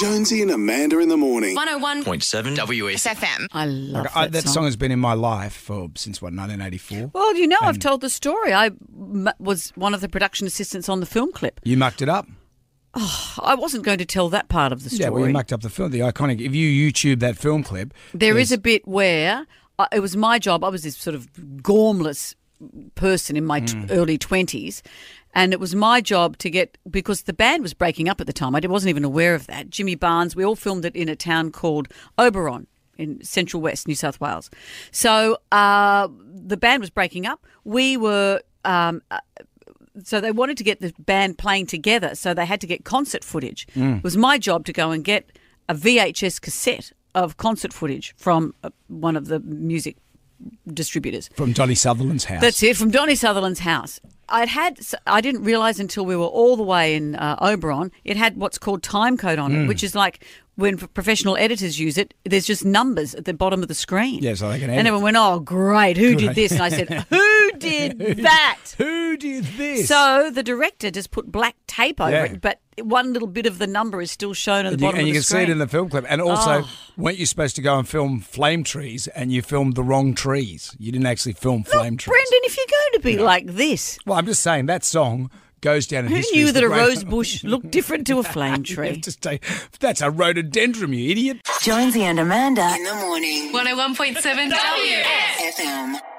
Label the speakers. Speaker 1: Jonesy and Amanda in the morning.
Speaker 2: 101
Speaker 3: 101.7 WS.
Speaker 2: SFM.
Speaker 4: I love
Speaker 5: I,
Speaker 4: that,
Speaker 5: that
Speaker 4: song.
Speaker 5: song has been in my life for since what 1984.
Speaker 4: Well, you know, I've told the story. I m- was one of the production assistants on the film clip.
Speaker 5: You mucked it up.
Speaker 4: I wasn't going to tell that part of the story.
Speaker 5: Yeah, well, you mucked up the film, the iconic. If you YouTube that film clip,
Speaker 4: There is a bit where I, it was my job. I was this sort of gormless person in my t-
Speaker 5: Mm.
Speaker 4: early 20s. And it was my job to get, because the band was breaking up at the time. I wasn't even aware of that. Jimmy Barnes, we all filmed it in a town called Oberon in central west New South Wales. So uh, the band was breaking up. We were um, so they wanted to get the band playing together, so they had to get concert footage.
Speaker 5: Mm.
Speaker 4: It was my job to go and get a VHS cassette of concert footage from uh, one of the music distributors.
Speaker 5: from Johnny Sutherland's house.
Speaker 4: That's it from Donny Sutherland's house. I'd had s- I didn't realise until we were all the way in uh, Oberon. It had what's called time code on
Speaker 5: Mm.
Speaker 4: it, which is like when f- professional editors use it. There's just numbers at the bottom of the screen.
Speaker 5: Yeah, so they can edit.
Speaker 4: And everyone went, "Oh, great! Who did
Speaker 5: Great.
Speaker 4: this?" And I said, "Who did that?"
Speaker 5: Who did this?
Speaker 4: So the director just put black tape over
Speaker 5: Yeah.
Speaker 4: it, but one little bit of the number is still shown at the
Speaker 5: and you,
Speaker 4: bottom
Speaker 5: and
Speaker 4: of
Speaker 5: you
Speaker 4: the
Speaker 5: can
Speaker 4: screen. Oh.
Speaker 5: see it in the film clip. And also, weren't you supposed to go and film flame trees and you filmed the wrong trees? You didn't actually film flame trees.
Speaker 4: Brendan, if you're going to be like this,
Speaker 5: Well, I'm just saying that song goes down in
Speaker 4: who
Speaker 5: history.
Speaker 4: knew
Speaker 5: as
Speaker 4: that
Speaker 5: the
Speaker 4: a
Speaker 5: great-
Speaker 4: rose bush looked different to a flame tree?
Speaker 5: Just take- that's a rhododendron, you idiot.
Speaker 6: Jonesy and Amanda.
Speaker 7: In the morning.
Speaker 2: 101.7 WS.
Speaker 7: FM.